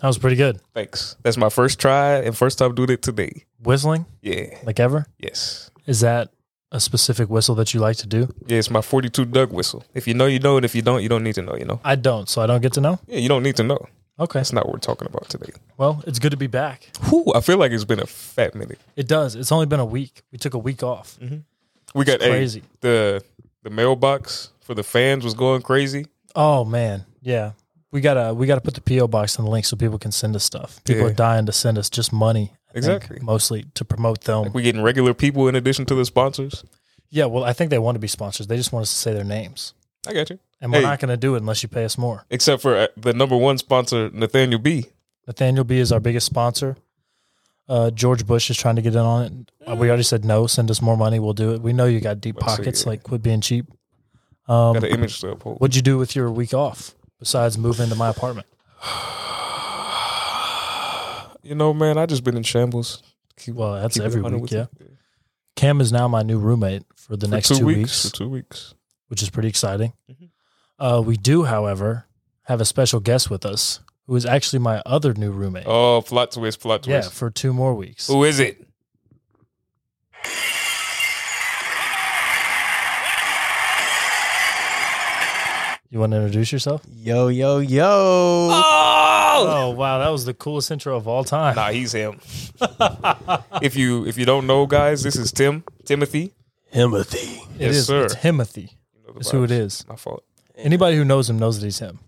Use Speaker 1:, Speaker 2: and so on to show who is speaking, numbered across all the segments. Speaker 1: That was pretty good.
Speaker 2: Thanks. That's my first try and first time doing it today.
Speaker 1: Whistling,
Speaker 2: Yeah.
Speaker 1: like ever.
Speaker 2: Yes.
Speaker 1: Is that a specific whistle that you like to do?
Speaker 2: Yeah, it's my 42 Doug whistle. If you know, you know, and if you don't, you don't need to know, you know?
Speaker 1: I don't, so I don't get to know.
Speaker 2: Yeah, you don't need to know.
Speaker 1: Okay.
Speaker 2: That's not what we're talking about today.
Speaker 1: Well, it's good to be back.
Speaker 2: Whew, I feel like it's been a fat minute.
Speaker 1: It does. It's only been a week. We took a week off.
Speaker 2: Mm-hmm. We got hey,
Speaker 1: Crazy.
Speaker 2: the the mailbox for the fans was going crazy.
Speaker 1: Oh man, yeah. We gotta we gotta put the PO box in the link so people can send us stuff. People
Speaker 2: Yeah.
Speaker 1: are dying to send us just money. I think,
Speaker 2: Exactly.
Speaker 1: mostly to promote them.
Speaker 2: We getting regular people in addition to the sponsors.
Speaker 1: yeah, well, I think they want to be sponsors. They just want us to say their names,
Speaker 2: I got you.
Speaker 1: and we're
Speaker 2: Hey.
Speaker 1: not gonna do it unless you pay us more.
Speaker 2: Except for uh, the number one sponsor, Nathaniel B.
Speaker 1: Nathaniel B is our biggest sponsor. Uh, George Bush is trying to get in on it. Uh, We already said no. Send us more money. We'll do it. We know you got deep
Speaker 2: Let's see.
Speaker 1: pockets. Like, quit being cheap. Um,
Speaker 2: Got an image to uphold.
Speaker 1: what'd you do with your week off besides move into my apartment?
Speaker 2: You know, man, I just been in shambles. Keep,
Speaker 1: Well, that's
Speaker 2: keep it
Speaker 1: every
Speaker 2: 100
Speaker 1: week.
Speaker 2: with
Speaker 1: Yeah.
Speaker 2: you.
Speaker 1: Cam is now my new roommate for the
Speaker 2: For
Speaker 1: next two, weeks,
Speaker 2: For two weeks.
Speaker 1: which is pretty exciting.
Speaker 2: Mhm.
Speaker 1: Uh, we do, however, have a special guest with us who is actually my other new roommate.
Speaker 2: Oh, plot twist, plot
Speaker 1: yeah,
Speaker 2: twist.
Speaker 1: for two more weeks.
Speaker 2: Who is it?
Speaker 1: You want to introduce yourself?
Speaker 3: Yo, yo, yo.
Speaker 2: Oh,
Speaker 1: Oh wow, that was the coolest intro of all time.
Speaker 2: nah, he's him. if you if you don't know, guys, this is Tim Timothy.
Speaker 3: Timothy.
Speaker 1: It
Speaker 2: Yes,
Speaker 1: is.
Speaker 2: sir.
Speaker 1: It's Timothy.
Speaker 2: You know the
Speaker 1: That's who it
Speaker 2: vibes.
Speaker 1: is.
Speaker 2: My fault.
Speaker 1: Anybody who knows him knows that he's him.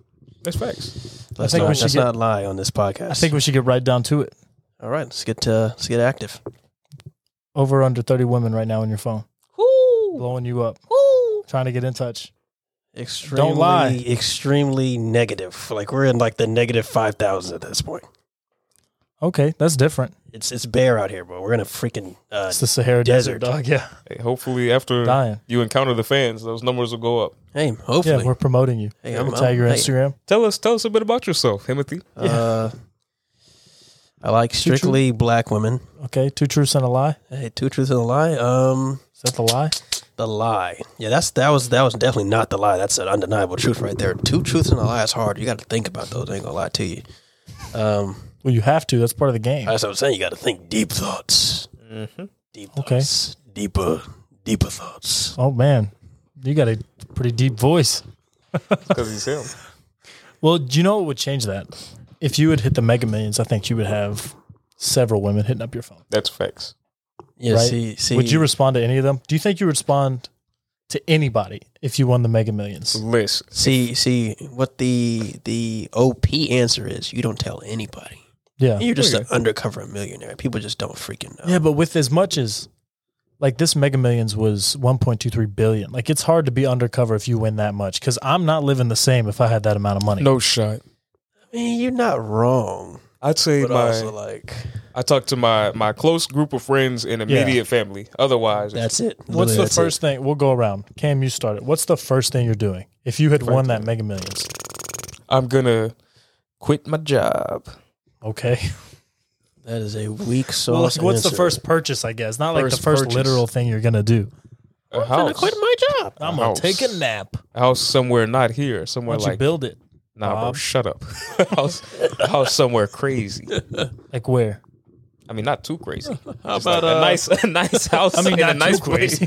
Speaker 2: That's facts.
Speaker 3: Let's,
Speaker 1: think
Speaker 3: not,
Speaker 1: we should
Speaker 3: let's
Speaker 1: get-
Speaker 3: not lie on this podcast.
Speaker 1: I think we should get right down to it.
Speaker 3: All right, let's get uh, let's get active.
Speaker 1: Over under 30 women right now on your phone. Blowing you up. Trying to get in touch.
Speaker 3: Extremely,
Speaker 1: lie.
Speaker 3: Extremely negative. Like we're in like the negative five thousand at this point.
Speaker 1: Okay, that's different.
Speaker 3: It's it's bare out here, but we're in a freaking uh,
Speaker 1: It's the Sahara Desert,
Speaker 3: Desert.
Speaker 1: dog. Yeah.
Speaker 2: Hey, hopefully, after
Speaker 1: Dying.
Speaker 2: you encounter the fans, those numbers will go up.
Speaker 3: hey. Hopefully,
Speaker 1: Yeah, we're promoting you.
Speaker 3: Hey, I'm-
Speaker 1: We'll tag your
Speaker 3: I'm- hey.
Speaker 1: Instagram.
Speaker 2: Tell us, tell us a bit about yourself, Timothy.
Speaker 3: uh, I like strictly black women.
Speaker 1: Okay, two truths and a lie.
Speaker 3: Hey, two truths and a lie. Um,
Speaker 1: Is that the lie?
Speaker 3: the lie. Yeah, that's that was that was definitely not the lie. That's an undeniable truth right there. Two truths and a lie is hard. You got to think about those. I ain't gonna lie to you. Um.
Speaker 1: Well, you have to. That's part of the game.
Speaker 3: That's what I'm saying. You got to think deep thoughts.
Speaker 1: Mm-hmm.
Speaker 3: Deep
Speaker 1: Okay.
Speaker 3: thoughts. Deeper, deeper thoughts.
Speaker 1: Oh man, you got a pretty deep voice.
Speaker 2: Because he's him.
Speaker 1: Well, do you know what would change that? If you had hit the Mega Millions, I think you would have several women hitting up your phone.
Speaker 2: That's facts.
Speaker 3: Yeah.
Speaker 1: Right.
Speaker 3: See, see.
Speaker 1: Would you respond to any of them? Do you think you would respond to anybody if you won the Mega Millions?
Speaker 2: List.
Speaker 3: see, see what the the OP answer is? You don't tell anybody.
Speaker 1: Yeah.
Speaker 3: You're just
Speaker 2: Okay.
Speaker 3: an undercover millionaire. People just don't freaking know.
Speaker 1: Yeah, but with as much as like this Mega Millions was 1.23 billion. Like it's hard to be undercover if you win that much cuz I'm not living the same if I had that amount of money.
Speaker 2: No shot.
Speaker 3: I mean, you're not wrong,
Speaker 2: I'd say
Speaker 3: but
Speaker 2: my.
Speaker 3: also like
Speaker 2: I talk to my my close group of friends and immediate family. Otherwise, it's-
Speaker 3: that's it.
Speaker 1: What's
Speaker 3: Literally,
Speaker 1: the
Speaker 3: that's
Speaker 1: first thing? We'll go around. Cam, you start it. What's the first thing you're doing if you had won that Mega Millions?
Speaker 2: I'm gonna quit my job.
Speaker 1: Okay.
Speaker 3: it. That is a weak sauce.
Speaker 1: Well, like, what's the
Speaker 3: answer.
Speaker 1: first purchase? I guess not like the
Speaker 2: First
Speaker 1: first
Speaker 2: purchase.
Speaker 1: literal thing you're gonna do.
Speaker 2: A house,
Speaker 3: my job.
Speaker 1: I'm
Speaker 2: gonna
Speaker 1: gonna
Speaker 2: house.
Speaker 1: take
Speaker 2: take
Speaker 1: a
Speaker 2: a
Speaker 1: nap.
Speaker 2: a house somewhere not here, somewhere
Speaker 1: Once you
Speaker 2: like
Speaker 1: build it,
Speaker 2: nah, bro,
Speaker 1: Bob?
Speaker 2: shut up. A house, a house somewhere crazy.
Speaker 1: like where?
Speaker 2: I mean, not too crazy.
Speaker 3: How
Speaker 2: Just like
Speaker 3: about
Speaker 2: a
Speaker 3: uh,
Speaker 2: nice, a nice house? I mean, in a nice place.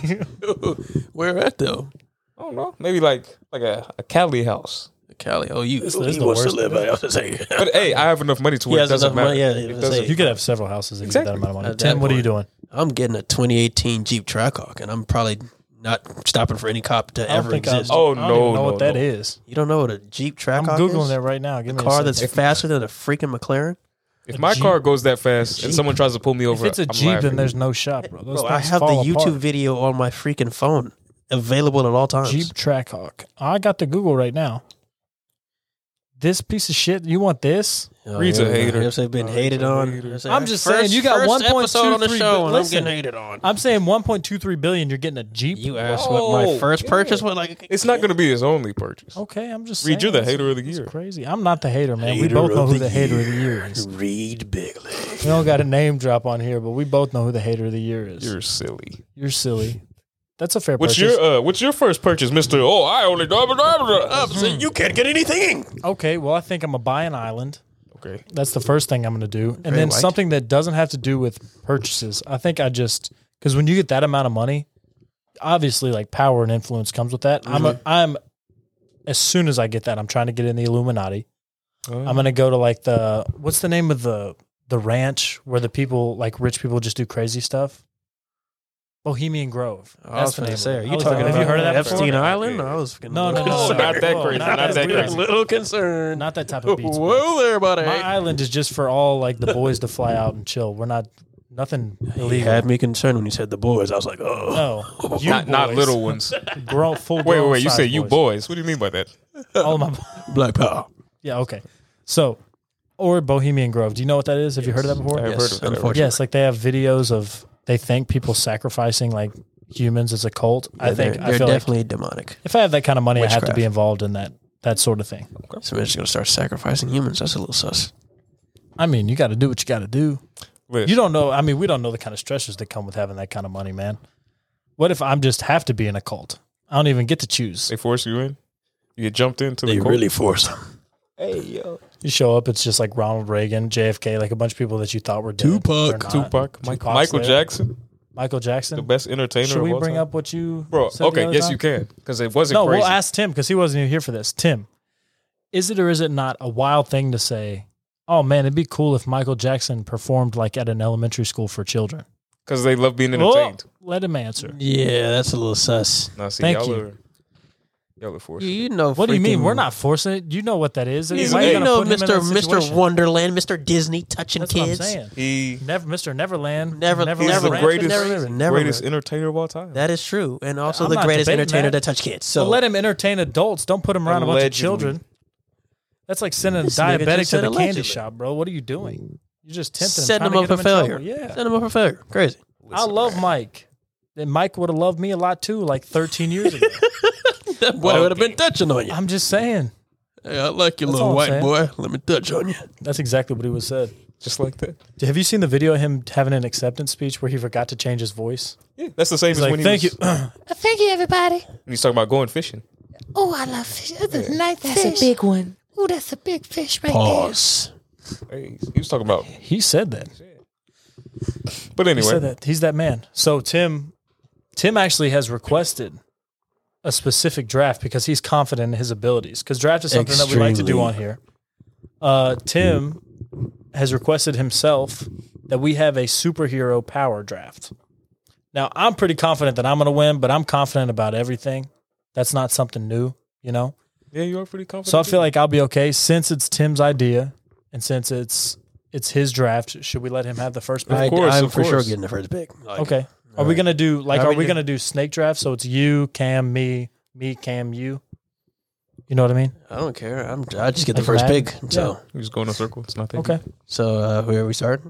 Speaker 3: Where at though?
Speaker 2: I don't know. Maybe like like a, a Cali house.
Speaker 3: Cali. Oh, you.
Speaker 1: This is
Speaker 3: he
Speaker 1: the
Speaker 3: wants
Speaker 1: worst.
Speaker 3: to live. I was gonna say.
Speaker 2: But hey, I have enough money to
Speaker 3: He
Speaker 2: where it
Speaker 3: has
Speaker 2: doesn't
Speaker 3: enough
Speaker 2: matter.
Speaker 3: money, yeah,
Speaker 2: it
Speaker 3: it was
Speaker 2: doesn't.
Speaker 3: a-
Speaker 1: you could have several houses if
Speaker 2: Exactly.
Speaker 1: you get that amount of money.
Speaker 3: At that
Speaker 1: Tim, what are you
Speaker 3: point.
Speaker 1: doing?
Speaker 3: I'm getting a 2018 Jeep Trackhawk, and I'm probably not stopping for any cop to
Speaker 1: I don't
Speaker 3: ever
Speaker 1: think I-
Speaker 3: exist.
Speaker 2: Oh,
Speaker 1: I don't
Speaker 2: no,
Speaker 1: even know
Speaker 2: no,
Speaker 1: what that
Speaker 2: no.
Speaker 1: is.
Speaker 3: you don't know what a Jeep
Speaker 1: I'm
Speaker 3: Trackhawk
Speaker 1: googling
Speaker 3: is?
Speaker 1: that right now. Give me
Speaker 3: car
Speaker 1: a
Speaker 3: that's
Speaker 1: second.
Speaker 3: faster than a freaking McLaren.
Speaker 2: If my
Speaker 1: Jeep.
Speaker 2: car goes that fast and someone tries to pull me
Speaker 1: If
Speaker 2: over,
Speaker 1: it's a
Speaker 2: I'm
Speaker 1: Jeep, then
Speaker 2: laughing.
Speaker 1: there's no shot, bro. Those
Speaker 3: Bro, I
Speaker 1: things
Speaker 3: have the
Speaker 1: fall
Speaker 3: YouTube
Speaker 1: apart.
Speaker 3: video on my freaking phone, available at all times.
Speaker 1: Jeep Trackhawk. I got the Google right now. This piece of shit. You want this?
Speaker 3: Oh,
Speaker 2: Reed's a
Speaker 3: here we go.
Speaker 2: hater.
Speaker 3: Yes, I've been
Speaker 2: Oh,
Speaker 3: hated
Speaker 2: he's a
Speaker 3: on.
Speaker 2: hater.
Speaker 3: Yes,
Speaker 1: I'm
Speaker 3: I-
Speaker 1: just
Speaker 3: first-
Speaker 1: saying, you got
Speaker 3: first
Speaker 1: 1.23
Speaker 3: episode on the show, and I'm
Speaker 1: listen.
Speaker 3: getting hated on.
Speaker 1: I'm saying 1.23 billion. You're getting a Jeep.
Speaker 3: You asked what
Speaker 2: Oh,
Speaker 3: my first
Speaker 2: yeah.
Speaker 3: purchase was like.
Speaker 2: it's not going to be his only purchase.
Speaker 1: Okay, I'm just.
Speaker 2: Reed,
Speaker 1: saying,
Speaker 2: you're the
Speaker 1: that's-
Speaker 2: hater of the
Speaker 1: that's
Speaker 2: year.
Speaker 1: Crazy. I'm not the hater, Oh, man. we
Speaker 3: Hater
Speaker 1: both know
Speaker 3: of
Speaker 1: who
Speaker 3: the
Speaker 1: the hater of the year is.
Speaker 3: Reed Bigley.
Speaker 1: We don't got a name drop on here, but we both know who the hater of the year is. You're,
Speaker 2: You're silly.
Speaker 1: silly. That's a fair.
Speaker 2: What's
Speaker 1: purchase.
Speaker 2: your uh, What's your first purchase, Mister? Oh, I only double double. double.
Speaker 3: You can't get anything.
Speaker 1: Okay, well, I think I'm a buy an island.
Speaker 2: Okay.
Speaker 1: That's the first thing I'm going to do. And
Speaker 3: Very
Speaker 1: then
Speaker 3: light.
Speaker 1: something that doesn't have to do with purchases. I think I just because when you get that amount of money, obviously like power and influence comes with that. I'm a, I'm as soon as I get that, I'm trying to get in the Illuminati. I'm
Speaker 2: Uh,
Speaker 1: going to go to like the what's the name of the the ranch where the people like rich people just do crazy stuff. Bohemian Grove.
Speaker 3: Oh, I was
Speaker 1: the
Speaker 3: going to
Speaker 1: name
Speaker 3: say,
Speaker 1: of
Speaker 3: are
Speaker 1: it.
Speaker 3: you
Speaker 1: I was
Speaker 3: talking
Speaker 1: like,
Speaker 3: about
Speaker 1: have you heard of that before?
Speaker 3: Epstein
Speaker 2: before?
Speaker 3: Island? I was gonna-
Speaker 1: No, no, no,
Speaker 2: Not that
Speaker 1: Whoa,
Speaker 2: crazy, not
Speaker 1: that
Speaker 2: that
Speaker 1: weird.
Speaker 2: crazy.
Speaker 3: a little concerned.
Speaker 1: Not that type of beats. bro.
Speaker 3: Whoa there, buddy.
Speaker 1: My island is just for all like the boys to fly out and chill. We're not nothing
Speaker 3: He
Speaker 1: illegal.
Speaker 3: had me concerned when he said the boys. I was like, oh.
Speaker 1: No, you
Speaker 2: Not, not
Speaker 1: boys.
Speaker 2: little ones.
Speaker 1: grown full.
Speaker 2: Wait, wait,
Speaker 1: grown
Speaker 2: wait. You
Speaker 1: size
Speaker 2: say you
Speaker 1: boys.
Speaker 2: boys. What do you mean by that?
Speaker 1: All of my.
Speaker 3: Black power.
Speaker 1: Yeah. Okay. So, or Bohemian Grove. Do you know what that is? Have you heard of that before?
Speaker 2: I have
Speaker 3: Yes,
Speaker 2: heard of that.
Speaker 3: unfortunately.
Speaker 1: Yes. Like they have videos of they think people sacrificing like humans as a cult. I think
Speaker 3: they're,
Speaker 1: I
Speaker 3: they're
Speaker 1: feel like
Speaker 3: definitely demonic.
Speaker 1: if I have that kind of money, I have to be
Speaker 3: Witchcraft.
Speaker 1: involved in that that sort of thing.
Speaker 3: So they're just gonna start sacrificing humans. That's a little sus.
Speaker 1: I mean, you got to do what you got to do.
Speaker 2: Listen,
Speaker 1: You don't know. I mean, we don't know the kind of stresses that come with having that kind of money, man. What if I'm just have to be in a cult? I don't even get to choose.
Speaker 2: they force you in. You get jumped into
Speaker 3: They
Speaker 2: the cult.
Speaker 3: really force them.
Speaker 1: You show up, it's just like Ronald Reagan, JFK, like a bunch of people that you thought were dead.
Speaker 3: Tupac.
Speaker 1: They're not.
Speaker 2: Tupac, Mike,
Speaker 1: Tupac's
Speaker 2: Michael
Speaker 1: there.
Speaker 2: Jackson,
Speaker 1: Michael
Speaker 2: the
Speaker 1: Jackson.
Speaker 2: best entertainer.
Speaker 1: Should
Speaker 2: of
Speaker 1: we
Speaker 2: all
Speaker 1: bring
Speaker 2: time.
Speaker 1: up what you,
Speaker 2: bro?
Speaker 1: said the
Speaker 2: Okay,
Speaker 1: other
Speaker 2: yes,
Speaker 1: time?
Speaker 2: you can because it wasn't
Speaker 1: No,
Speaker 2: crazy.
Speaker 1: we'll ask Tim because he wasn't even here for this. Tim, is it or is it not a wild thing to say? Oh man, it'd be cool if Michael Jackson performed like at an elementary school for children.
Speaker 2: because they love being
Speaker 1: Oh,
Speaker 2: entertained.
Speaker 1: let him answer.
Speaker 3: Yeah, that's a little sus.
Speaker 2: Now, see,
Speaker 1: Thank
Speaker 2: y'all
Speaker 1: you.
Speaker 2: are y'all are forced.
Speaker 3: You know,
Speaker 1: What do you mean?
Speaker 3: freaking-
Speaker 1: We're not forcing it. You know what that is.
Speaker 3: You,
Speaker 1: Why are
Speaker 2: you
Speaker 1: gonna
Speaker 3: know,
Speaker 1: put him in
Speaker 3: Mister
Speaker 1: that
Speaker 3: Mister
Speaker 1: situation?
Speaker 3: Wonderland, Mister Disney, touching
Speaker 1: That's
Speaker 3: kids.
Speaker 1: what I'm saying.
Speaker 2: He
Speaker 1: Never, Mister Neverland.
Speaker 3: Never-
Speaker 1: Neverland
Speaker 3: he's the
Speaker 1: Ranch,
Speaker 2: greatest-
Speaker 1: Neverland.
Speaker 3: Never
Speaker 2: greatest
Speaker 3: mind.
Speaker 2: entertainer of all time.
Speaker 3: That is true, and also
Speaker 1: I'm
Speaker 3: the
Speaker 1: not
Speaker 3: greatest
Speaker 1: debating
Speaker 3: entertainer
Speaker 1: that.
Speaker 3: to touch kids. So
Speaker 1: So let him entertain adults. Don't put him around a bunch of
Speaker 2: Allegedly.
Speaker 1: children. That's like sending a
Speaker 3: This nigga
Speaker 1: diabetic
Speaker 3: just
Speaker 1: to
Speaker 3: said
Speaker 1: the candy
Speaker 3: allegedly.
Speaker 1: shop, bro. What are you doing? You're just tempting
Speaker 3: set
Speaker 1: him,
Speaker 3: him
Speaker 1: trying
Speaker 3: up
Speaker 1: to
Speaker 3: for
Speaker 1: get him in
Speaker 3: failure.
Speaker 1: trouble. Yeah.
Speaker 3: Set him up for failure. Crazy.
Speaker 1: I love Mike. And Mike would have loved me a lot too, like 13 years ago.
Speaker 3: That boy would have been touching on you.
Speaker 1: I'm just saying.
Speaker 3: Hey, I like you,
Speaker 1: all I'm saying.
Speaker 3: boy. Let me touch on you.
Speaker 1: That's exactly what he was said.
Speaker 2: just like that.
Speaker 1: Have you seen the video of him having an acceptance speech where he forgot to change his voice?
Speaker 2: Yeah, that's the same as
Speaker 1: He's like,
Speaker 2: when he
Speaker 1: thank
Speaker 2: was,
Speaker 1: you.
Speaker 4: Thank you, everybody.
Speaker 2: When he's talking about going fishing.
Speaker 4: Oh, I love fish. That's a nice
Speaker 5: That's
Speaker 4: fish.
Speaker 5: a big one.
Speaker 4: Oh, that's a big fish right
Speaker 3: Pause.
Speaker 2: Hey, he was talking about.
Speaker 1: He said that.
Speaker 2: But
Speaker 1: He
Speaker 2: anyway,
Speaker 1: said that. He's that man. So Tim, Tim actually has requested a specific draft because he's confident in his abilities. Because draft is something that we like to do
Speaker 3: Extremely.
Speaker 1: on here. Uh, Tim has requested himself that we have a superhero power draft. Now I'm pretty confident that I'm going to win, but I'm confident about everything. That's not something new, you know.
Speaker 2: yeah, you are pretty confident.
Speaker 1: So I feel like I'll be okay since it's Tim's idea and since it's it's his draft. Should we let him have the first pick?
Speaker 3: I,
Speaker 2: course,
Speaker 3: I'm
Speaker 2: of
Speaker 3: for sure
Speaker 2: course.
Speaker 3: getting the first pick. Like, uh,
Speaker 1: Okay. Are we gonna do like?
Speaker 3: How
Speaker 1: Are
Speaker 3: we
Speaker 1: we
Speaker 3: do-
Speaker 1: gonna do snake draft? So it's you, Cam, me, me, Cam, you. You know what I mean?
Speaker 3: I don't care. I'm, I just get the
Speaker 1: Like
Speaker 3: first
Speaker 1: Madden?
Speaker 3: pick. So,
Speaker 2: we just go in a circle. It's nothing.
Speaker 1: Okay.
Speaker 3: so uh, whoever we start.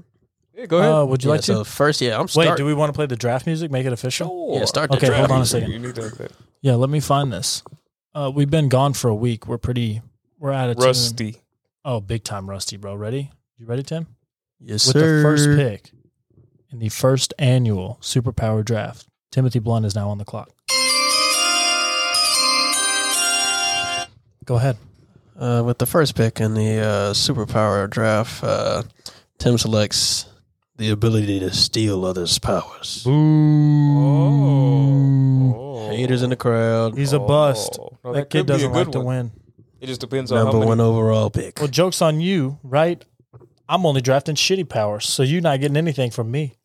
Speaker 2: Yeah, go ahead.
Speaker 1: Uh, would you
Speaker 3: yeah,
Speaker 1: like to?
Speaker 3: so first, yeah, I'm
Speaker 1: Wait,
Speaker 3: starting.
Speaker 1: do we want to play the draft music? Make it official.
Speaker 3: Yeah, start the
Speaker 1: Okay,
Speaker 3: draft.
Speaker 1: hold on a second.
Speaker 2: You need to have that.
Speaker 1: Yeah, let me find this. Uh, we've been gone for a week. We're pretty. We're out of tune.
Speaker 2: Rusty.
Speaker 1: Oh, big time rusty, bro. Ready? You ready, Tim?
Speaker 3: Yes,
Speaker 1: With
Speaker 3: sir.
Speaker 1: the first pick in the first annual superpower draft, Timothy Blunt is now on the clock. Go ahead.
Speaker 3: Uh, with the first pick in the uh, superpower draft, uh, Tim selects the ability to steal others' powers.
Speaker 2: Oh.
Speaker 3: Haters in the crowd.
Speaker 1: He's a bust.
Speaker 2: Oh. No,
Speaker 1: That,
Speaker 2: that
Speaker 1: kid
Speaker 2: could be a
Speaker 1: doesn't
Speaker 2: good
Speaker 1: like to
Speaker 2: one.
Speaker 1: win.
Speaker 2: It just depends on
Speaker 3: number
Speaker 2: how many.
Speaker 3: one overall pick.
Speaker 1: Well, joke's on you, right? I'm only drafting shitty powers, so you're not getting anything from me.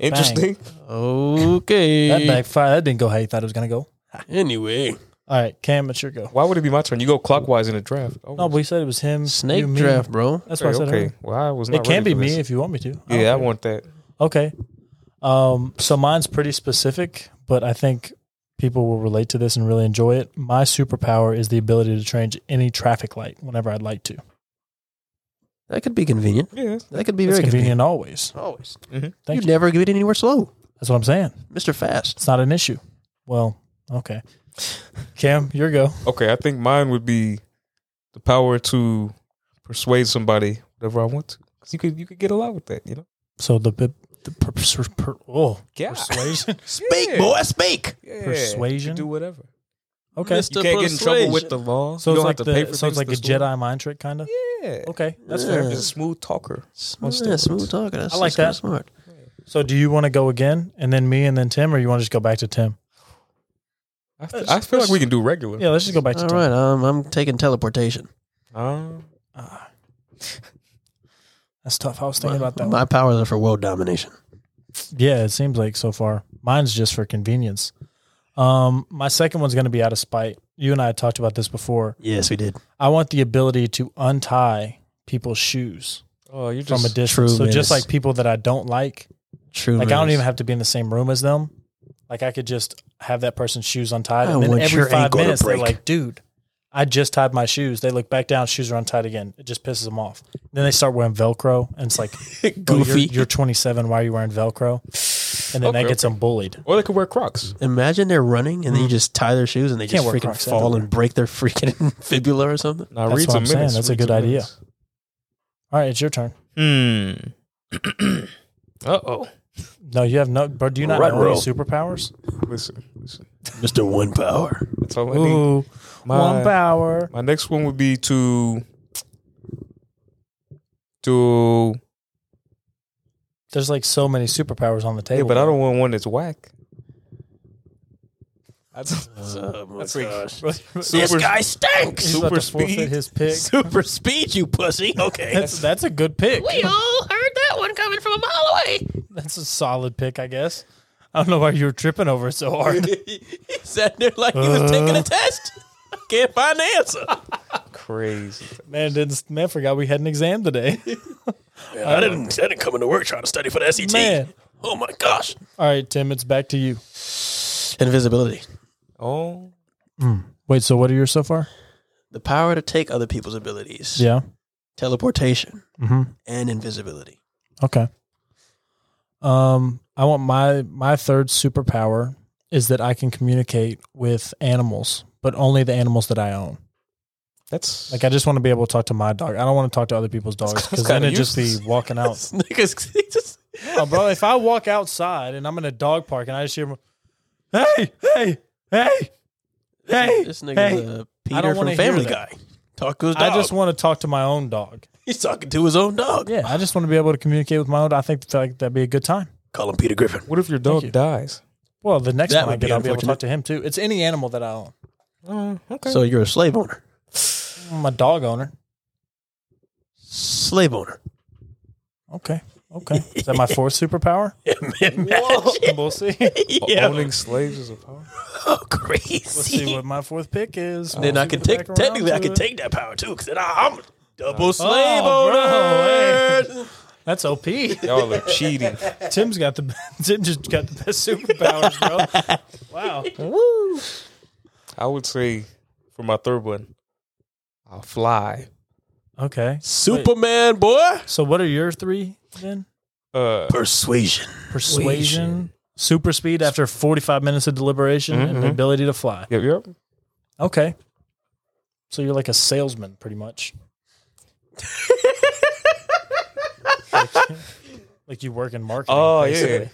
Speaker 2: Interesting.
Speaker 3: Okay.
Speaker 1: That backfired. That didn't go how you thought it was going to go.
Speaker 3: Anyway,
Speaker 1: All right, Cam, it's your go.
Speaker 2: Why would it be my turn? You go clockwise in the draft. Oh,
Speaker 1: No, we said it was him.
Speaker 3: snake
Speaker 1: you, me.
Speaker 3: draft, bro.
Speaker 1: That's what I
Speaker 2: okay.
Speaker 1: said.
Speaker 2: okay.
Speaker 1: earlier.
Speaker 2: Well, I was not
Speaker 1: It can
Speaker 2: ready
Speaker 1: be
Speaker 2: for
Speaker 1: me
Speaker 2: this.
Speaker 1: if you want me to. I don't
Speaker 2: Yeah, I
Speaker 1: care.
Speaker 2: want that.
Speaker 1: Okay. Um, so mine's pretty specific, but I think people will relate to this and really enjoy it. My superpower is the ability to change any traffic light whenever I'd like to.
Speaker 3: That could be convenient.
Speaker 2: Yeah.
Speaker 3: That could be
Speaker 1: It's
Speaker 3: very convenient.
Speaker 1: convenient always.
Speaker 3: Always.
Speaker 1: Thank you.
Speaker 3: you, never get anywhere slow,
Speaker 1: That's what I'm saying.
Speaker 3: Mister Fast.
Speaker 1: It's not an issue. Well, okay. Cam, your go.
Speaker 2: Okay, I think mine would be the power to persuade somebody whatever I want to. 'Cause you could you could get a lot with that, you know.
Speaker 1: So the bit- the per, per, per- oh
Speaker 2: Yeah.
Speaker 1: persuasion.
Speaker 3: Speak, boy, speak.
Speaker 2: Yeah. You
Speaker 1: Persuasion?
Speaker 2: could do whatever.
Speaker 1: Okay,
Speaker 3: Mister
Speaker 2: You can't get in trouble with
Speaker 3: Persuasion.
Speaker 2: the law.
Speaker 1: so
Speaker 2: you
Speaker 1: it's
Speaker 2: don't
Speaker 1: like
Speaker 2: have to pay
Speaker 1: the,
Speaker 2: for
Speaker 1: so it's like
Speaker 2: things at
Speaker 1: a
Speaker 2: the store.
Speaker 1: Jedi mind trick kind of.
Speaker 2: Yeah.
Speaker 1: Okay, that's
Speaker 2: I'm
Speaker 1: fair.
Speaker 2: just a smooth talker.
Speaker 3: yeah, smooth talking. That's,
Speaker 1: I like
Speaker 3: that's kinda
Speaker 1: that.
Speaker 3: Smart.
Speaker 1: So, do you want to go again, and then me, and then Tim, or you want to just go back to Tim?
Speaker 2: I feel, I feel like we can do regular.
Speaker 1: Yeah, let's just go back to
Speaker 3: All
Speaker 1: Tim.
Speaker 3: right, um, I'm taking teleportation.
Speaker 2: Um,
Speaker 1: Ah. That's tough. I was thinking about that.
Speaker 3: My powers are for world domination.
Speaker 1: Yeah, it seems like so far. Mine's just for convenience. Um, my second one's going to be out of spite. You and I had talked about this before.
Speaker 3: Yes, we did.
Speaker 1: I want the ability to untie people's shoes
Speaker 2: oh, you
Speaker 1: from
Speaker 2: just
Speaker 1: a
Speaker 3: true
Speaker 1: distance. So
Speaker 3: menace.
Speaker 1: just like people that I don't like,
Speaker 3: True.
Speaker 1: like I don't
Speaker 3: menace.
Speaker 1: even have to be in the same room as them. Like I could just have that person's shoes untied,
Speaker 3: I
Speaker 1: and then
Speaker 3: want your
Speaker 1: every five
Speaker 3: ankle to
Speaker 1: minutes they're
Speaker 3: break.
Speaker 1: like, "Dude, I just tied my shoes." They look back down, shoes are untied again. It just pisses them off. Then they start wearing Velcro, and it's like, "Bro, you're-
Speaker 3: Goofy.
Speaker 1: You're, 27. Why are you wearing Velcro?" And then that
Speaker 2: Okay,
Speaker 1: gets them bullied.
Speaker 2: or they could wear Crocs.
Speaker 3: Imagine they're running and then you just tie their shoes and they
Speaker 1: Mm. Can't
Speaker 3: just
Speaker 1: wear
Speaker 3: freaking
Speaker 1: Crocs
Speaker 3: fall
Speaker 1: everywhere.
Speaker 3: and break their freaking fibula or something.
Speaker 2: Now,
Speaker 1: That's
Speaker 2: read
Speaker 1: what
Speaker 2: some
Speaker 1: I'm saying.
Speaker 2: minutes,
Speaker 1: That's a
Speaker 2: read
Speaker 1: good
Speaker 2: some
Speaker 1: idea.
Speaker 2: minutes.
Speaker 1: All right, it's your turn.
Speaker 2: Hmm. uh oh.
Speaker 1: No, you have no, bro. Do you not
Speaker 3: Right
Speaker 1: know any
Speaker 3: row.
Speaker 1: superpowers?
Speaker 2: Listen, listen.
Speaker 3: Mr. One Power.
Speaker 2: That's all I need.
Speaker 1: Ooh,
Speaker 2: My,
Speaker 1: one power.
Speaker 2: my next one would be to to
Speaker 1: There's like so many superpowers on the table.
Speaker 2: yeah, but I don't want one that's whack. That's
Speaker 3: Oh my
Speaker 2: That's like-
Speaker 3: gosh. This
Speaker 2: super
Speaker 3: guy stinks.
Speaker 1: He's about
Speaker 2: super
Speaker 1: to forfeit
Speaker 2: speed.
Speaker 1: his pick.
Speaker 3: Super speed, you pussy. Okay.
Speaker 1: That's that's a good pick.
Speaker 4: We all heard that one coming from a mile away.
Speaker 1: That's a solid pick, I guess. I don't know why you were tripping over it so hard.
Speaker 3: he sat there like he was taking a test. I can't find the answer.
Speaker 2: crazy.
Speaker 1: man, didn't man forgot we had an exam today.
Speaker 3: I didn't. I didn't come into work trying to study for the SET.
Speaker 1: Man.
Speaker 3: Oh my gosh.
Speaker 1: All right, Tim, it's back to you.
Speaker 3: Invisibility.
Speaker 2: Oh,
Speaker 1: Wait, so what are yours so far?
Speaker 3: The power to take other people's abilities.
Speaker 1: Yeah.
Speaker 3: Teleportation
Speaker 1: Mm-hmm.
Speaker 3: and invisibility.
Speaker 1: Okay. Um, I want my my third superpower is that I can communicate with animals, but only the animals that I own.
Speaker 2: that's
Speaker 1: Like I just want to be able to talk to my dog. I don't want to talk to other people's dogs because then
Speaker 2: kinda
Speaker 1: it'd just be
Speaker 2: useless.
Speaker 1: walking
Speaker 3: Oh.
Speaker 1: out.
Speaker 3: Niggas, he just-
Speaker 1: No, Oh, bro, if I walk outside and I'm in a dog park and I just hear, hey, hey, hey, hey,
Speaker 3: This nigga's
Speaker 1: hey.
Speaker 3: uh,
Speaker 1: I don't
Speaker 3: Peter
Speaker 1: wanna
Speaker 3: from
Speaker 1: hear
Speaker 3: Family
Speaker 1: that.
Speaker 3: Guy. Talk to his dog.
Speaker 1: I just want to talk to my own dog.
Speaker 3: He's talking to his own dog.
Speaker 1: Yeah, I just want to be able to communicate with my own. I think that- like, that'd be a good time.
Speaker 3: Call him Peter Griffin.
Speaker 2: what if your dog
Speaker 1: you.
Speaker 2: dies?
Speaker 1: Well, the next
Speaker 3: That
Speaker 1: time I
Speaker 3: would be
Speaker 1: get, I'll be able to
Speaker 3: unfortunate.
Speaker 1: talk to him too. It's any animal that I own.
Speaker 2: Oh, okay.
Speaker 3: So you're a slave owner.
Speaker 1: I'm a dog owner.
Speaker 3: Slave owner.
Speaker 1: Okay, okay. Is that my fourth superpower? We'll see.
Speaker 3: yeah.
Speaker 2: Owning slaves is a power.
Speaker 3: Oh,
Speaker 1: We'll see
Speaker 3: crazy.
Speaker 1: what my fourth pick is.
Speaker 3: then I can take. Technically, I can
Speaker 1: take.
Speaker 3: take that power too, because then I- I'm a double
Speaker 1: Oh,
Speaker 3: slave
Speaker 1: bro,
Speaker 3: owner.
Speaker 1: That's OP.
Speaker 2: Y'all are cheating.
Speaker 1: Tim's got the Tim just got the best superpowers, bro. Wow.
Speaker 2: I would say for my third one, I'll fly.
Speaker 1: Okay.
Speaker 3: Superman, boy.
Speaker 1: So what are your three then?
Speaker 2: Uh,
Speaker 3: Persuasion.
Speaker 1: Persuasion, super speed after 45 minutes of deliberation, and the ability to fly.
Speaker 2: yep, yep.
Speaker 1: Okay. So you're like a salesman, pretty much. like you work in marketing.
Speaker 2: Oh yeah.
Speaker 1: basically.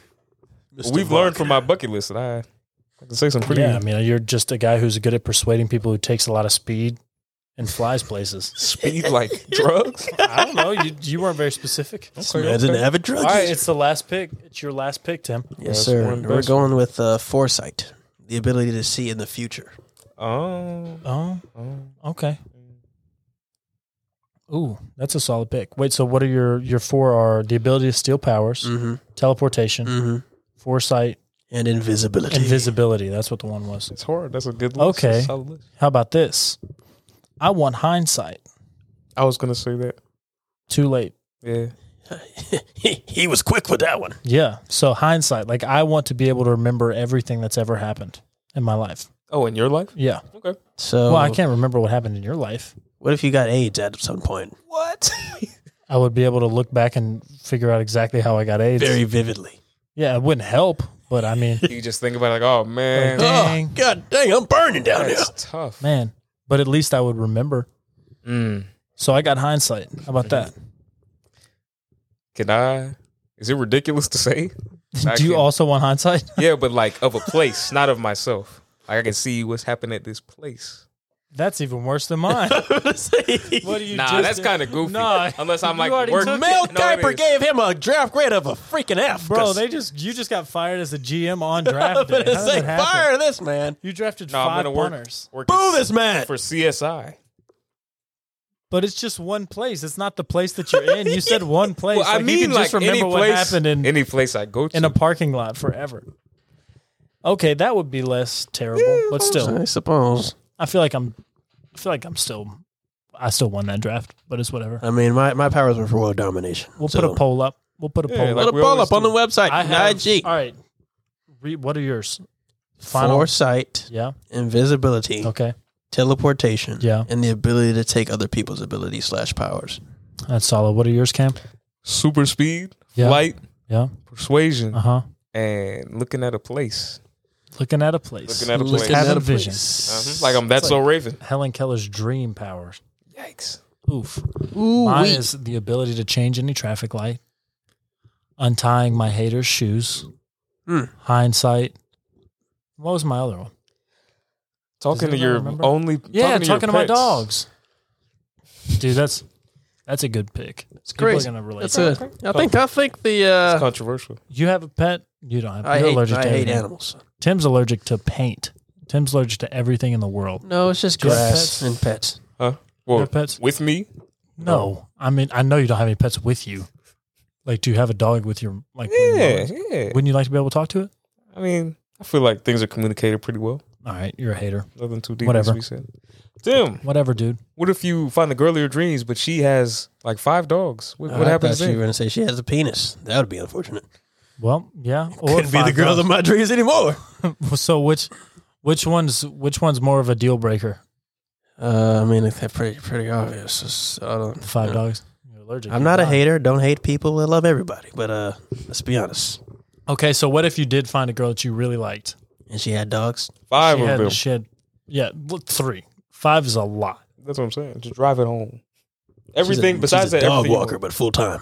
Speaker 2: Well, we've learned from my bucket list, and I, I can say some pretty.
Speaker 1: Yeah, I mean, you're just a guy who's good at persuading people who takes a lot of speed and flies places.
Speaker 2: speed like drugs.
Speaker 1: I don't know. You, you weren't very specific.
Speaker 3: As an avid
Speaker 1: All
Speaker 3: drug
Speaker 1: right,
Speaker 3: user.
Speaker 1: it's the last pick. It's your last pick, Tim.
Speaker 3: Yes,
Speaker 2: That's
Speaker 3: sir.
Speaker 2: one
Speaker 3: We're
Speaker 2: best.
Speaker 3: going with uh, foresight, the ability to see in the future.
Speaker 2: Oh,
Speaker 1: Oh,
Speaker 2: oh.
Speaker 1: okay. Ooh, that's a solid pick. Wait, so what are your your four are the ability to steal powers,
Speaker 3: Mm-hmm.
Speaker 1: teleportation,
Speaker 3: Mm-hmm.
Speaker 1: foresight,
Speaker 3: And invisibility.
Speaker 1: invisibility. That's what the one was.
Speaker 2: it's hard. That's a good list.
Speaker 1: Okay.
Speaker 2: That's a solid list.
Speaker 1: How about this? I want hindsight.
Speaker 2: I was gonna say that.
Speaker 1: Too late.
Speaker 2: Yeah.
Speaker 3: he, he was quick with that one.
Speaker 1: Yeah. So hindsight, like I want to be able to remember everything that's ever happened in my life.
Speaker 2: Oh, in your life?
Speaker 1: Yeah.
Speaker 2: Okay.
Speaker 3: So,
Speaker 1: Well, I can't remember what happened in your life.
Speaker 3: What if you got AIDS at some point?
Speaker 2: What?
Speaker 1: I would be able to look back and figure out exactly how I got AIDS.
Speaker 3: Very vividly.
Speaker 1: yeah, it wouldn't help, but I mean,
Speaker 2: you just think about it like, oh man,
Speaker 1: Like, Dang.
Speaker 3: Oh, God dang, I'm burning down here.
Speaker 2: that's tough.
Speaker 1: man. But at least I would remember.
Speaker 2: Mm.
Speaker 1: So I got hindsight. How about that?
Speaker 2: Can I? Is it ridiculous to say? I
Speaker 1: Do you
Speaker 2: can-
Speaker 1: also want hindsight?
Speaker 2: Yeah, but like of a place, not of myself. Like I can see what's happened at this place.
Speaker 1: That's even worse than mine. what do you?
Speaker 2: Nah,
Speaker 1: just
Speaker 2: that's kind of goofy.
Speaker 1: Nah.
Speaker 2: Unless I'm
Speaker 1: You
Speaker 2: like
Speaker 1: already
Speaker 2: work.
Speaker 1: took it.
Speaker 2: No,
Speaker 3: Mel
Speaker 2: it
Speaker 3: Kiper
Speaker 2: is.
Speaker 3: gave him a draft grade of a freaking F,
Speaker 1: bro.
Speaker 3: 'cause-
Speaker 1: They just you just got fired as a GM on draft day.
Speaker 3: But
Speaker 1: How
Speaker 3: it's
Speaker 1: does
Speaker 3: like
Speaker 1: that happen?
Speaker 3: fire this man,
Speaker 1: You drafted
Speaker 2: No, I'm
Speaker 1: five
Speaker 2: gonna work.
Speaker 1: punters,
Speaker 2: work
Speaker 3: boo
Speaker 2: at-
Speaker 3: this man.
Speaker 2: for CSI.
Speaker 1: but it's just one place. It's not the place that you're in. You said one place.
Speaker 2: Well, I
Speaker 1: Like,
Speaker 2: mean,
Speaker 1: you can
Speaker 2: like
Speaker 1: just remember
Speaker 2: any
Speaker 1: what
Speaker 2: place,
Speaker 1: happened in
Speaker 2: any place I go to.
Speaker 1: in a parking lot forever. Okay, that would be less terrible, but still,
Speaker 3: I suppose.
Speaker 1: I feel like I'm. I feel like I'm still. I still won that draft, but it's whatever.
Speaker 3: I mean, my, my powers were for world domination.
Speaker 1: We'll
Speaker 3: so-
Speaker 1: put a poll up. We'll put a
Speaker 2: Yeah,
Speaker 1: poll. up.
Speaker 2: like
Speaker 3: Put
Speaker 2: we
Speaker 3: a poll
Speaker 2: always
Speaker 3: up on
Speaker 2: do.
Speaker 3: the website.
Speaker 1: I have.
Speaker 3: IG.
Speaker 1: All right. Re, what are yours? Final.
Speaker 3: Foresight,
Speaker 1: Yeah.
Speaker 3: invisibility,
Speaker 1: Okay.
Speaker 3: teleportation,
Speaker 1: Yeah.
Speaker 3: and the ability to take other people's abilities slash powers.
Speaker 1: That's solid. What are yours, Cam?
Speaker 2: super speed,
Speaker 1: Yeah.
Speaker 2: flight,
Speaker 1: Yeah.
Speaker 2: persuasion,
Speaker 1: Uh huh.
Speaker 2: and looking at a place.
Speaker 1: Looking at a place.
Speaker 2: Looking at a place.
Speaker 1: Have
Speaker 3: Having
Speaker 1: a vision.
Speaker 3: Uh-huh.
Speaker 1: Uh-huh.
Speaker 2: Mhm. Like I'm. That's so Raven.
Speaker 1: Helen Keller's dream powers.
Speaker 2: Yikes.
Speaker 1: Oof.
Speaker 3: Ooh,
Speaker 1: Mine
Speaker 3: wee.
Speaker 1: is the ability to change any traffic light, untying my hater's shoes,
Speaker 3: Hmm.
Speaker 1: hindsight. What was my other one?
Speaker 2: Talking to
Speaker 1: anyone
Speaker 2: your
Speaker 1: remember?
Speaker 2: only.
Speaker 1: Yeah, talking,
Speaker 2: talking to, your
Speaker 1: to, my
Speaker 2: pets.
Speaker 1: dogs. Dude, that's that's a good pick. It's
Speaker 3: great.
Speaker 1: People are gonna relate.
Speaker 3: That's
Speaker 1: to
Speaker 3: it. I think I think the
Speaker 2: It's
Speaker 3: uh,
Speaker 2: controversial.
Speaker 1: You have a pet? You don't have.
Speaker 3: I
Speaker 1: you're
Speaker 3: hate
Speaker 1: allergic
Speaker 3: I
Speaker 1: to
Speaker 3: hate
Speaker 1: everything.
Speaker 3: animals.
Speaker 1: Tim's allergic to paint. Tim's allergic to everything in the world.
Speaker 3: No, it's just
Speaker 1: Do you have
Speaker 3: grass
Speaker 1: pets?
Speaker 3: and pets.
Speaker 2: Huh?
Speaker 1: Your
Speaker 2: Well,
Speaker 1: pets?
Speaker 2: with me,
Speaker 1: No. I mean, I know you don't have any pets with you. Like, do you have a dog with your like? when you're
Speaker 2: yeah,
Speaker 1: alive?
Speaker 2: yeah.
Speaker 1: Wouldn't you like to be able to talk to it?
Speaker 2: I mean, I feel like things are communicated pretty well.
Speaker 1: All right, you're a hater.
Speaker 2: Nothing too deep.
Speaker 1: Whatever.
Speaker 2: As we said. Tim,
Speaker 1: Whatever, dude.
Speaker 2: what if you find the girl of your dreams, but she has like five dogs? What, what
Speaker 3: Oh, I
Speaker 2: happens
Speaker 3: thought You
Speaker 2: then?
Speaker 3: were gonna say she has a penis. That would be unfortunate.
Speaker 1: Well, yeah. Or
Speaker 3: Couldn't be the
Speaker 1: five
Speaker 3: girl of my dreams anymore.
Speaker 1: dogs. so which, which one's which one's more of a deal breaker?
Speaker 3: Uh, I mean, it's pretty pretty obvious. It's- I don't-
Speaker 1: Five
Speaker 3: you know.
Speaker 1: dogs. You're allergic.
Speaker 3: I'm
Speaker 1: You're
Speaker 3: not a
Speaker 1: dying.
Speaker 3: hater. Don't hate people. I love everybody. But uh, let's be honest.
Speaker 1: Okay, so what if you did find a girl that you really liked?
Speaker 3: And she had dogs.
Speaker 2: Five
Speaker 1: She
Speaker 2: of
Speaker 1: had,
Speaker 2: them.
Speaker 1: she had, yeah, look, three. Five is a lot.
Speaker 2: That's what I'm saying. Just drive it home.
Speaker 3: She's a-
Speaker 2: Everything
Speaker 3: she's
Speaker 2: besides
Speaker 3: a
Speaker 2: that,
Speaker 3: dog
Speaker 2: everything you
Speaker 3: walker,
Speaker 2: want.
Speaker 3: but full time.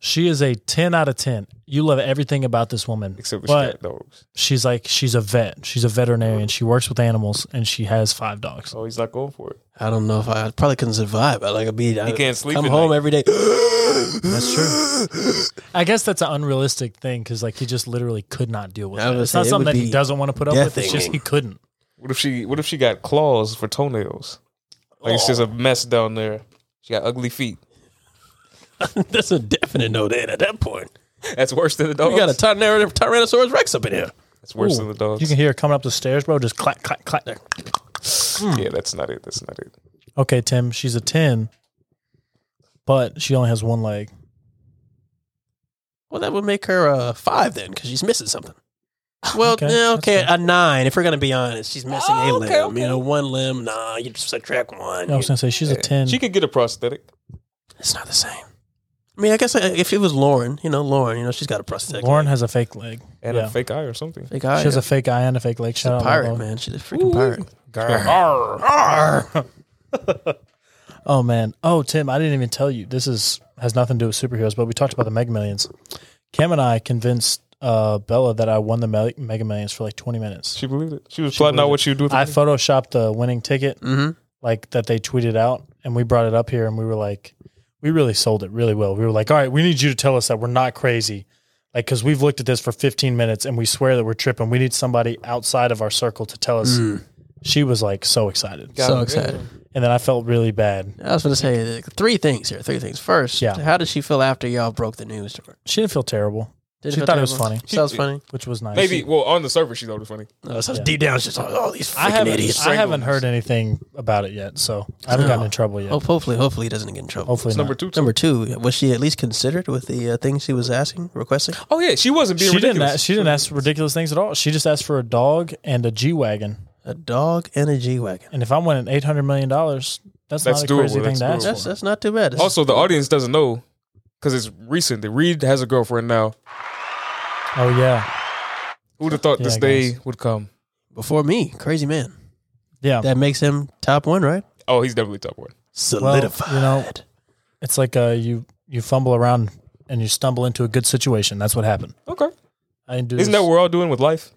Speaker 1: She is a 10 out of 10. You love everything about this woman.
Speaker 2: Except for
Speaker 1: but
Speaker 2: she got dogs.
Speaker 1: she's like, she's a vet. She's a veterinarian. She works with animals and she has five dogs.
Speaker 2: Oh, he's not going for it.
Speaker 3: I don't know if I, I probably couldn't survive. I like I'd be. I,
Speaker 2: He can't sleep.
Speaker 3: Come
Speaker 2: at
Speaker 3: home
Speaker 2: night.
Speaker 3: every day.
Speaker 1: That's true. I guess that's an unrealistic thing because, like, he just literally could not deal with
Speaker 3: I
Speaker 1: it.
Speaker 3: was
Speaker 1: It's
Speaker 3: gonna
Speaker 1: not
Speaker 3: say, it
Speaker 1: something
Speaker 3: would
Speaker 1: that he
Speaker 3: be
Speaker 1: doesn't want to put up with. It's just
Speaker 3: deathing.
Speaker 1: he couldn't.
Speaker 2: What if she? What if she got claws for toenails? Like it's just a mess down there. She got ugly feet.
Speaker 3: That's a definite no then at that point.
Speaker 2: That's worse than the dogs.
Speaker 3: We got a tyranno- Tyrannosaurus Rex up in here.
Speaker 2: That's worse than
Speaker 1: Ooh.
Speaker 2: the dogs.
Speaker 1: You can hear her coming up the stairs, bro. Just clack, clack, clack.
Speaker 2: Yeah, that's not it. That's not it.
Speaker 1: Okay, Tim, she's a 10, but she only has one leg.
Speaker 3: Well, that would make her a five then, because she's missing something. Well,
Speaker 1: Okay,
Speaker 3: yeah,
Speaker 1: that's
Speaker 3: okay, a nine. If we're gonna be honest, she's missing a
Speaker 2: Oh,
Speaker 3: limb.
Speaker 2: okay, okay.
Speaker 3: You know, one limb. Nah, you just subtract one.
Speaker 1: I was going to say, she's a 10.
Speaker 2: She could get a prosthetic.
Speaker 3: It's not the same. I mean, I guess uh, if it was Lauren, you know, Lauren, you know, she's got a prosthetic.
Speaker 1: Lauren has a fake leg.
Speaker 2: and
Speaker 1: Yeah.
Speaker 2: a fake eye or something.
Speaker 3: Big eye.
Speaker 1: She has a fake eye and a fake leg.
Speaker 3: She's a pirate, man. She's a freaking pirate.
Speaker 1: Oh man. Oh Tim, I didn't even tell you. This is has nothing to do with superheroes, but we talked about the Mega Millions. Cam and I convinced uh, Bella that I won the Mel- Mega Millions for like 20 minutes.
Speaker 2: She believed it. She was plotting out what she would do. With
Speaker 1: I
Speaker 2: it.
Speaker 1: photoshopped the winning ticket,
Speaker 2: Mm-hmm.
Speaker 3: Mhm.
Speaker 1: like that they tweeted out, and we brought it up here, and we were like, we really sold it really well. We were like, all right, we need you to tell us that we're not crazy, like because we've looked at this for 15 minutes and we swear that we're tripping. We need somebody outside of our circle to tell us. She was like so excited,
Speaker 2: Mm. Got
Speaker 3: so
Speaker 2: it.
Speaker 3: excited.
Speaker 1: and then I felt really bad.
Speaker 3: I was gonna say uh, three things here. Three things. First,
Speaker 1: Yeah.
Speaker 3: how did she feel after y'all broke the news to her?
Speaker 1: She didn't feel terrible,
Speaker 3: Did
Speaker 1: She
Speaker 3: feel
Speaker 1: thought it was
Speaker 3: terrible?
Speaker 1: funny.
Speaker 3: She thought it was funny.
Speaker 1: which was nice.
Speaker 2: Maybe. Well, on the surface, she thought it was funny.
Speaker 3: No, so
Speaker 1: Yeah.
Speaker 3: deep down, she's like, "Oh, these
Speaker 1: I
Speaker 3: freaking
Speaker 1: haven't,
Speaker 3: idiots."
Speaker 1: I haven't heard anything about it yet, so I haven't gotten in trouble yet.
Speaker 3: Hope- Hopefully, hopefully, he doesn't get in trouble.
Speaker 1: Hopefully,
Speaker 2: Oh. Number
Speaker 1: not.
Speaker 2: two.
Speaker 3: Number two, was she at least considered with the uh, things she was asking, requesting?
Speaker 2: Oh yeah, she wasn't being
Speaker 1: She didn't.
Speaker 2: ridiculous.
Speaker 1: Ask, she didn't ask ridiculous things at all. She just asked for a dog and a G wagon.
Speaker 3: A dog and a G wagon.
Speaker 1: And if I'm winning eight hundred million dollars, that's
Speaker 2: That's
Speaker 1: not a crazy
Speaker 2: doable.
Speaker 1: thing
Speaker 2: That's
Speaker 1: to ask
Speaker 3: That's
Speaker 1: for.
Speaker 3: that's not too bad. This is-
Speaker 2: Also, the audience doesn't know because it's recent. That Reed has a girlfriend now.
Speaker 1: Oh yeah,
Speaker 2: Who would have thought
Speaker 1: Yeah,
Speaker 2: this
Speaker 1: I
Speaker 2: day
Speaker 1: guess.
Speaker 2: would come?
Speaker 3: before me, crazy man.
Speaker 1: yeah.
Speaker 3: That makes him top one, right?
Speaker 2: Oh, he's definitely top one.
Speaker 3: Solidified.
Speaker 1: you know- it's like uh, you you fumble around and you stumble into a good situation. That's what happened.
Speaker 2: Okay.
Speaker 1: I didn't do.
Speaker 2: Isn't
Speaker 1: this.
Speaker 2: that what we're all doing with life?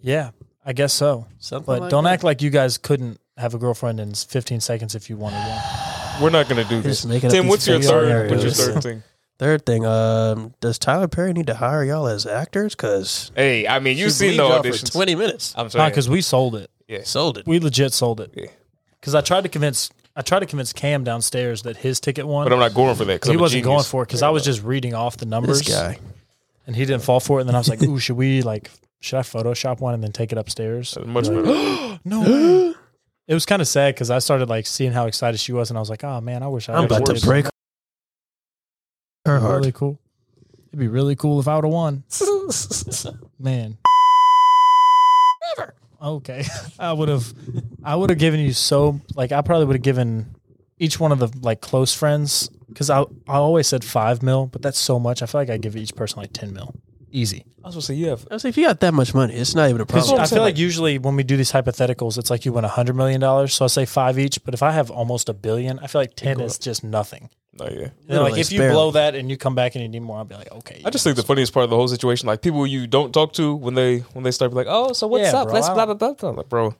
Speaker 1: Yeah, I guess so.
Speaker 3: Something
Speaker 1: But
Speaker 3: like
Speaker 1: don't
Speaker 3: that.
Speaker 1: act like you guys couldn't have a girlfriend in 15 seconds if you wanted one.
Speaker 2: We're not gonna do this.
Speaker 3: Just making up
Speaker 2: Tim,
Speaker 3: these
Speaker 2: what's your
Speaker 3: fake
Speaker 2: third? What's your third
Speaker 3: scenarios.
Speaker 2: thing?
Speaker 3: Third thing, um, does Tyler Perry need to hire y'all as actors? Because
Speaker 2: Hey, I mean, you've seen the auditions.
Speaker 3: Twenty minutes,
Speaker 2: I'm sorry.
Speaker 1: Because we sold it.
Speaker 3: sold it.
Speaker 1: We legit sold
Speaker 2: Yeah.
Speaker 1: it. Because I tried to convince I tried to convince Cam downstairs that his ticket won.
Speaker 2: but I'm not going for that. 'cause
Speaker 1: he
Speaker 2: I'm a
Speaker 1: wasn't going
Speaker 2: genius.
Speaker 1: for it because I was just reading off the numbers
Speaker 3: This guy,
Speaker 1: and he didn't fall for it. And then I was like, "Ooh, should we like should I Photoshop one and then take it upstairs?"
Speaker 2: Much
Speaker 1: Like,
Speaker 2: better.
Speaker 1: No. way. it was kind of sad because I started like seeing how excited she was, and I was like, "Oh man, I wish I."
Speaker 3: I'm
Speaker 1: would've
Speaker 3: about to
Speaker 1: won."
Speaker 3: break her
Speaker 1: It'd be
Speaker 3: heart.
Speaker 1: Really cool. It'd be really cool if I would have won, man.
Speaker 3: Never.
Speaker 1: Okay, I would have, I would have given you so like I probably would have given each one of the like close friends because I I always said five mil, but that's so much. I feel like I give each person like ten mil, easy.
Speaker 2: I was gonna say you have.
Speaker 3: I was like, if you got that much money, it's not even a
Speaker 1: Because
Speaker 3: problem.
Speaker 1: I feel like usually when we do these hypotheticals, it's like you win hundred million dollars. So I say five each. But if I have almost a billion, I feel like ten is just nothing.
Speaker 2: No, yeah.
Speaker 1: And then, like
Speaker 3: Literally,
Speaker 1: if you
Speaker 3: barely.
Speaker 1: blow that and you come back and you need more, I'll be like, okay.
Speaker 2: I just think the funniest part of the whole situation, like people you don't talk to when they when they start be like, oh, so what's
Speaker 1: Yeah,
Speaker 2: up?
Speaker 1: bro,
Speaker 2: Let's
Speaker 1: I
Speaker 2: blah blah
Speaker 1: don't-
Speaker 2: blah blah. I'm Like, bro,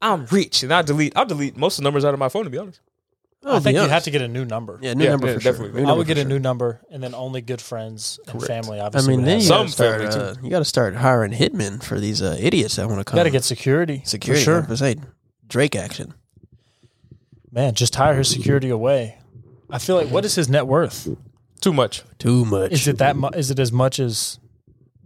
Speaker 2: I'm rich, and I delete I delete most of the numbers out of my phone to be honest.
Speaker 1: I think you have to get a new number.
Speaker 3: Yeah, new
Speaker 2: Yeah,
Speaker 3: number
Speaker 2: yeah,
Speaker 3: for sure.
Speaker 2: definitely.
Speaker 1: I
Speaker 2: I
Speaker 3: New number
Speaker 1: would
Speaker 3: for
Speaker 1: get a
Speaker 3: sure.
Speaker 1: new number and then only good friends and
Speaker 2: Correct.
Speaker 1: family.
Speaker 3: I
Speaker 1: Obviously,
Speaker 3: mean,
Speaker 1: would
Speaker 3: then
Speaker 1: have
Speaker 3: you
Speaker 1: that.
Speaker 2: Some
Speaker 3: gotta start,
Speaker 2: family,
Speaker 3: uh, you got to start hiring hitmen for these uh, idiots that want to come.
Speaker 1: You gotta get security. for
Speaker 3: security.
Speaker 1: sure.
Speaker 3: Sure. Drake action.
Speaker 1: Man, just hire his security away. I feel like what is his net worth?
Speaker 2: Too much.
Speaker 3: Too much.
Speaker 1: Is it that? Mu- is it as much as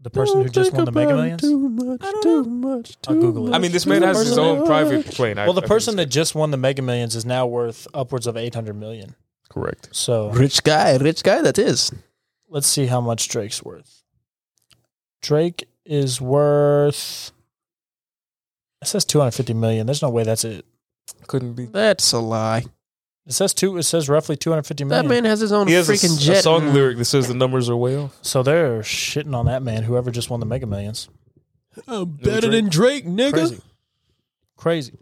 Speaker 1: the person who just won the Mega Millions?
Speaker 3: Too much. Too much.
Speaker 1: I'll
Speaker 3: too
Speaker 1: Google it.
Speaker 2: I mean, this man has his own private plane. I-
Speaker 1: Well, the
Speaker 2: I think
Speaker 1: person
Speaker 2: it's-
Speaker 1: that just won the Mega Millions is now worth upwards of eight hundred million.
Speaker 2: correct.
Speaker 1: So
Speaker 3: Rich guy, rich guy that is.
Speaker 1: let's see how much Drake's worth. Drake is worth. It says two hundred fifty million. There's no way that's it.
Speaker 2: Couldn't be.
Speaker 3: That's a lie.
Speaker 1: It says two. It says roughly two hundred fifty
Speaker 3: That
Speaker 1: million.
Speaker 3: man has his own
Speaker 2: He has a,
Speaker 3: freaking
Speaker 2: s- a
Speaker 3: jet. Mm.
Speaker 2: song lyric that says the numbers are way off.
Speaker 1: so they're shitting on that man. Whoever just won the Mega Millions.
Speaker 3: I'm
Speaker 2: better than
Speaker 3: Oh, Drake, nigga.
Speaker 1: Crazy. Crazy.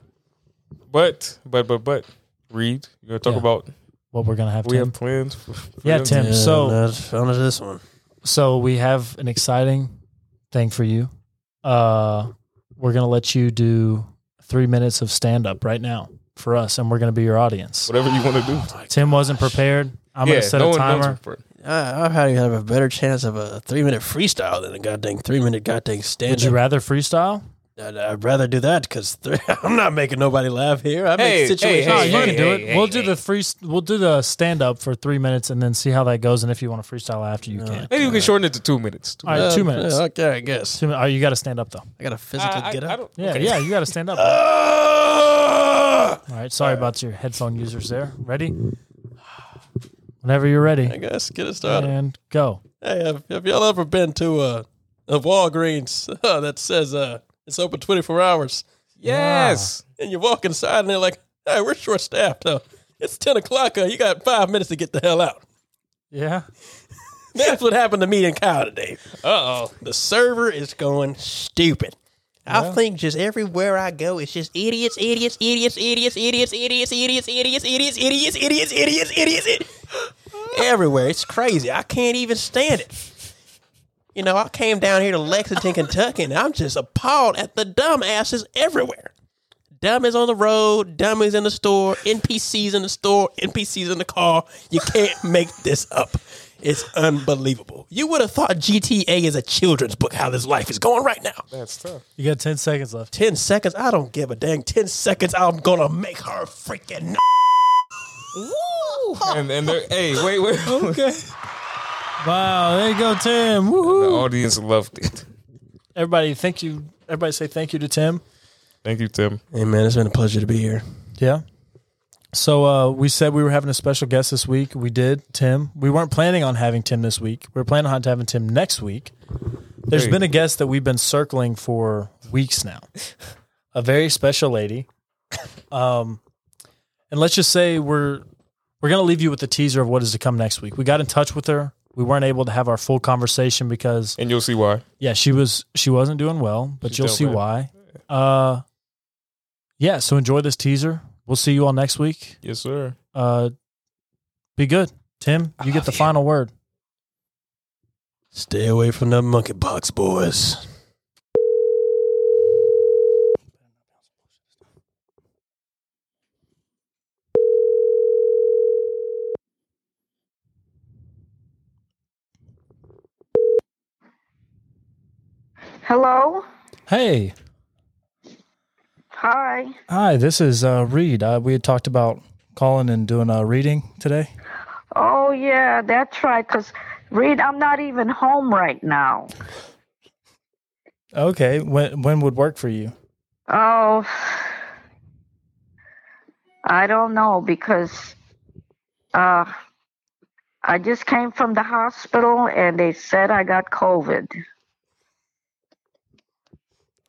Speaker 2: But but but but Reed, you gonna talk
Speaker 1: Yeah.
Speaker 2: about
Speaker 1: What we're gonna have
Speaker 2: we
Speaker 1: to.
Speaker 2: have plans. For, for
Speaker 1: Yeah,
Speaker 2: them?
Speaker 1: Tim.
Speaker 3: Yeah,
Speaker 1: So-
Speaker 3: so found this one.
Speaker 1: so we have an exciting thing for you. Uh, we're gonna let you do three minutes of stand up right now for us, and we're gonna be your audience.
Speaker 2: Whatever you want to do.
Speaker 1: Tim wasn't prepared. I'm
Speaker 2: Oh yeah,
Speaker 1: gonna set
Speaker 2: no
Speaker 1: a
Speaker 2: one knows
Speaker 1: timer.
Speaker 2: for it.
Speaker 3: I, I probably have a better chance of a three minute freestyle than a goddamn three minute goddamn
Speaker 1: Would
Speaker 3: stand
Speaker 1: you
Speaker 3: up.
Speaker 1: rather freestyle?
Speaker 3: I'd, I'd rather do that because I'm not making nobody laugh here. I
Speaker 2: Hey,
Speaker 3: make situations
Speaker 2: hey,
Speaker 1: No,
Speaker 2: hey,
Speaker 1: you
Speaker 3: funny.
Speaker 1: can do
Speaker 2: hey,
Speaker 1: it.
Speaker 2: hey,
Speaker 1: we'll do
Speaker 2: hey.
Speaker 1: the free. We'll do the stand up for three minutes, and then see how that goes. And if you want to freestyle after,
Speaker 2: Uh,
Speaker 1: you can.
Speaker 2: Maybe we can shorten it to two minutes. Two
Speaker 1: All right, two
Speaker 3: Uh,
Speaker 1: minutes.
Speaker 3: yeah, okay, I guess.
Speaker 1: Two min- oh, you got to stand up though.
Speaker 3: I gotta physically
Speaker 2: minutes. I- I-
Speaker 3: get
Speaker 2: I
Speaker 3: up.
Speaker 2: don't-
Speaker 1: Yeah,
Speaker 2: okay.
Speaker 1: yeah, you got to stand up.
Speaker 3: Ah!
Speaker 1: All right. Sorry about your headphone users there. Ready? Whenever you're ready,
Speaker 3: I guess get it started.
Speaker 1: and go.
Speaker 3: Hey, have, have y'all ever been to uh, a Walgreens that says uh, it's open 24 hours?
Speaker 2: Yes.
Speaker 3: And you walk inside and they're like, hey, we're short staffed. Uh, it's 10 o'clock. Uh, you got five minutes to get the hell out.
Speaker 1: Yeah.
Speaker 3: That's what happened to me and Kyle today.
Speaker 2: Uh oh.
Speaker 3: The server is going stupid. I think just everywhere I go, it's just idiots, idiots, idiots, idiots, idiots, idiots, idiots, idiots, idiots, idiots, idiots, idiots, idiots, idiots. Everywhere. It's crazy. I can't even stand it. You know, I came down here to Lexington, Kentucky, and I'm just appalled at the dumbasses everywhere. Dumb is on the road, dumb is in the store, NPCs in the store, NPCs in the car. You can't make this up. It's unbelievable. You would have thought GTA is a children's book, how this life is going right now.
Speaker 2: That's tough.
Speaker 1: You got 10 seconds left.
Speaker 3: 10 seconds, I don't give a dang. 10 seconds, I'm gonna make her freaking. Woo!
Speaker 2: And and they're hey, wait, wait. okay.
Speaker 1: Wow, there you go, Tim.
Speaker 2: The
Speaker 1: Woohoo.
Speaker 2: audience loved it.
Speaker 1: Everybody, thank you. Everybody say thank you to Tim.
Speaker 2: Thank you, Tim.
Speaker 3: Hey man, it's been a pleasure to be here.
Speaker 1: Yeah. So uh, we said we were having a special guest this week. We did, Tim. We weren't planning on having Tim this week. We were planning on having Tim next week. There's
Speaker 2: Hey.
Speaker 1: been a guest that we've been circling for weeks now. A very special lady. Um, and let's just say we're we're gonna leave you with a teaser of what is to come next week. We got in touch with her. We weren't able to have our full conversation because
Speaker 2: And you'll see why.
Speaker 1: yeah, she was she wasn't doing well, but
Speaker 2: She's
Speaker 1: you'll
Speaker 2: dope,
Speaker 1: see
Speaker 2: man.
Speaker 1: why. Uh yeah, so enjoy this teaser. We'll see you all next week.
Speaker 2: Yes, sir.
Speaker 1: Uh be good. Tim, you get the final word.
Speaker 3: Stay away from the monkey box, boys.
Speaker 5: Hello.
Speaker 1: Hey,
Speaker 5: Hi.
Speaker 1: hi. This is uh, Reed. Uh, we had talked about calling and doing a reading today.
Speaker 5: Oh yeah, that's right. Cause Reed, I'm not even home right now.
Speaker 1: Okay. When when would work for you?
Speaker 5: Oh, I don't know because uh, I just came from the hospital and they said I got COVID.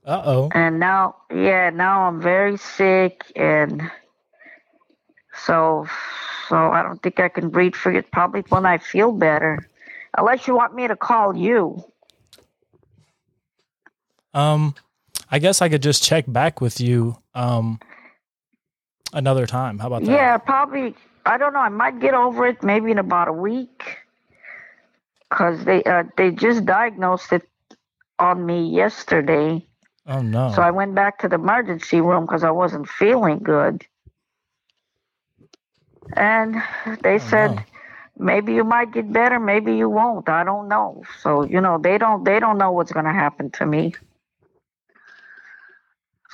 Speaker 1: Uh oh.
Speaker 5: And now, yeah, now I'm very sick, and so, so I don't think I can read for you. Probably when I feel better, unless you want me to call you.
Speaker 1: Um, I guess I could just check back with you. Um, another time. How about that?
Speaker 5: Yeah, probably. I don't know. I might get over it maybe in about a week, cause they uh, they just diagnosed it on me yesterday.
Speaker 1: Oh no.
Speaker 5: So I went back to the emergency room because I wasn't feeling good. And they
Speaker 1: Oh,
Speaker 5: said,
Speaker 1: no.
Speaker 5: maybe you might get better, maybe you won't. I don't know. So you know, they don't they don't know what's going to happen to me.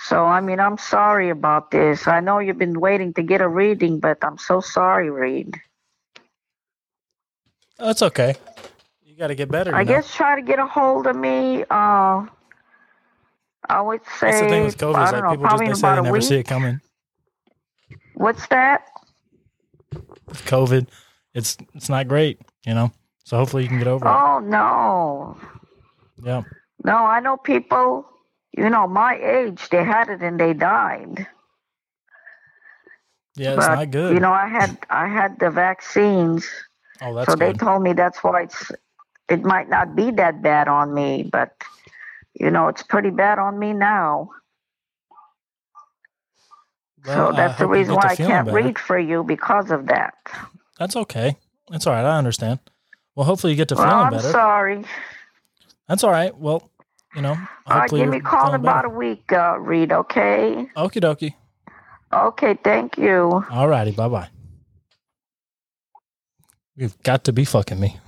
Speaker 5: So I mean, I'm sorry about this. I know you've been waiting to get a reading, but I'm so sorry, Reed.
Speaker 1: That's okay. You got to get better.
Speaker 5: I
Speaker 1: you know?
Speaker 5: guess try to get a hold of me. Uh, I would say
Speaker 1: That's the thing with COVID
Speaker 5: I
Speaker 1: is like
Speaker 5: don't know,
Speaker 1: people just
Speaker 5: probably
Speaker 1: they
Speaker 5: in
Speaker 1: say
Speaker 5: about
Speaker 1: they
Speaker 5: a
Speaker 1: never
Speaker 5: week.
Speaker 1: see it coming.
Speaker 5: What's that?
Speaker 1: With COVID, it's it's not great, you know. So hopefully you can get over
Speaker 5: Oh no,
Speaker 1: it. Yeah.
Speaker 5: No, I know people, you know, my age, they had it and they died.
Speaker 1: Yeah, it's
Speaker 5: But,
Speaker 1: not good.
Speaker 5: You know, I had I had the vaccines,
Speaker 1: oh, that's
Speaker 5: so they
Speaker 1: good.
Speaker 5: told me that's why it's it might not be that bad on me, but you know, it's pretty bad on me now.
Speaker 1: Well,
Speaker 5: so
Speaker 1: I
Speaker 5: that's the
Speaker 1: hope you
Speaker 5: reason
Speaker 1: get to
Speaker 5: why I
Speaker 1: feeling
Speaker 5: can't
Speaker 1: better.
Speaker 5: read for you because of that.
Speaker 1: That's okay. That's all right. I understand. Well, hopefully you get to
Speaker 5: Well,
Speaker 1: feeling
Speaker 5: I'm
Speaker 1: better.
Speaker 5: sorry.
Speaker 1: That's all right. Well, you know,
Speaker 5: All right,
Speaker 1: hopefully
Speaker 5: give me a call in about a week, uh, Reed, okay?
Speaker 1: Okie dokie.
Speaker 5: Okay, thank you.
Speaker 1: All righty. Bye bye. You've got to be fucking me.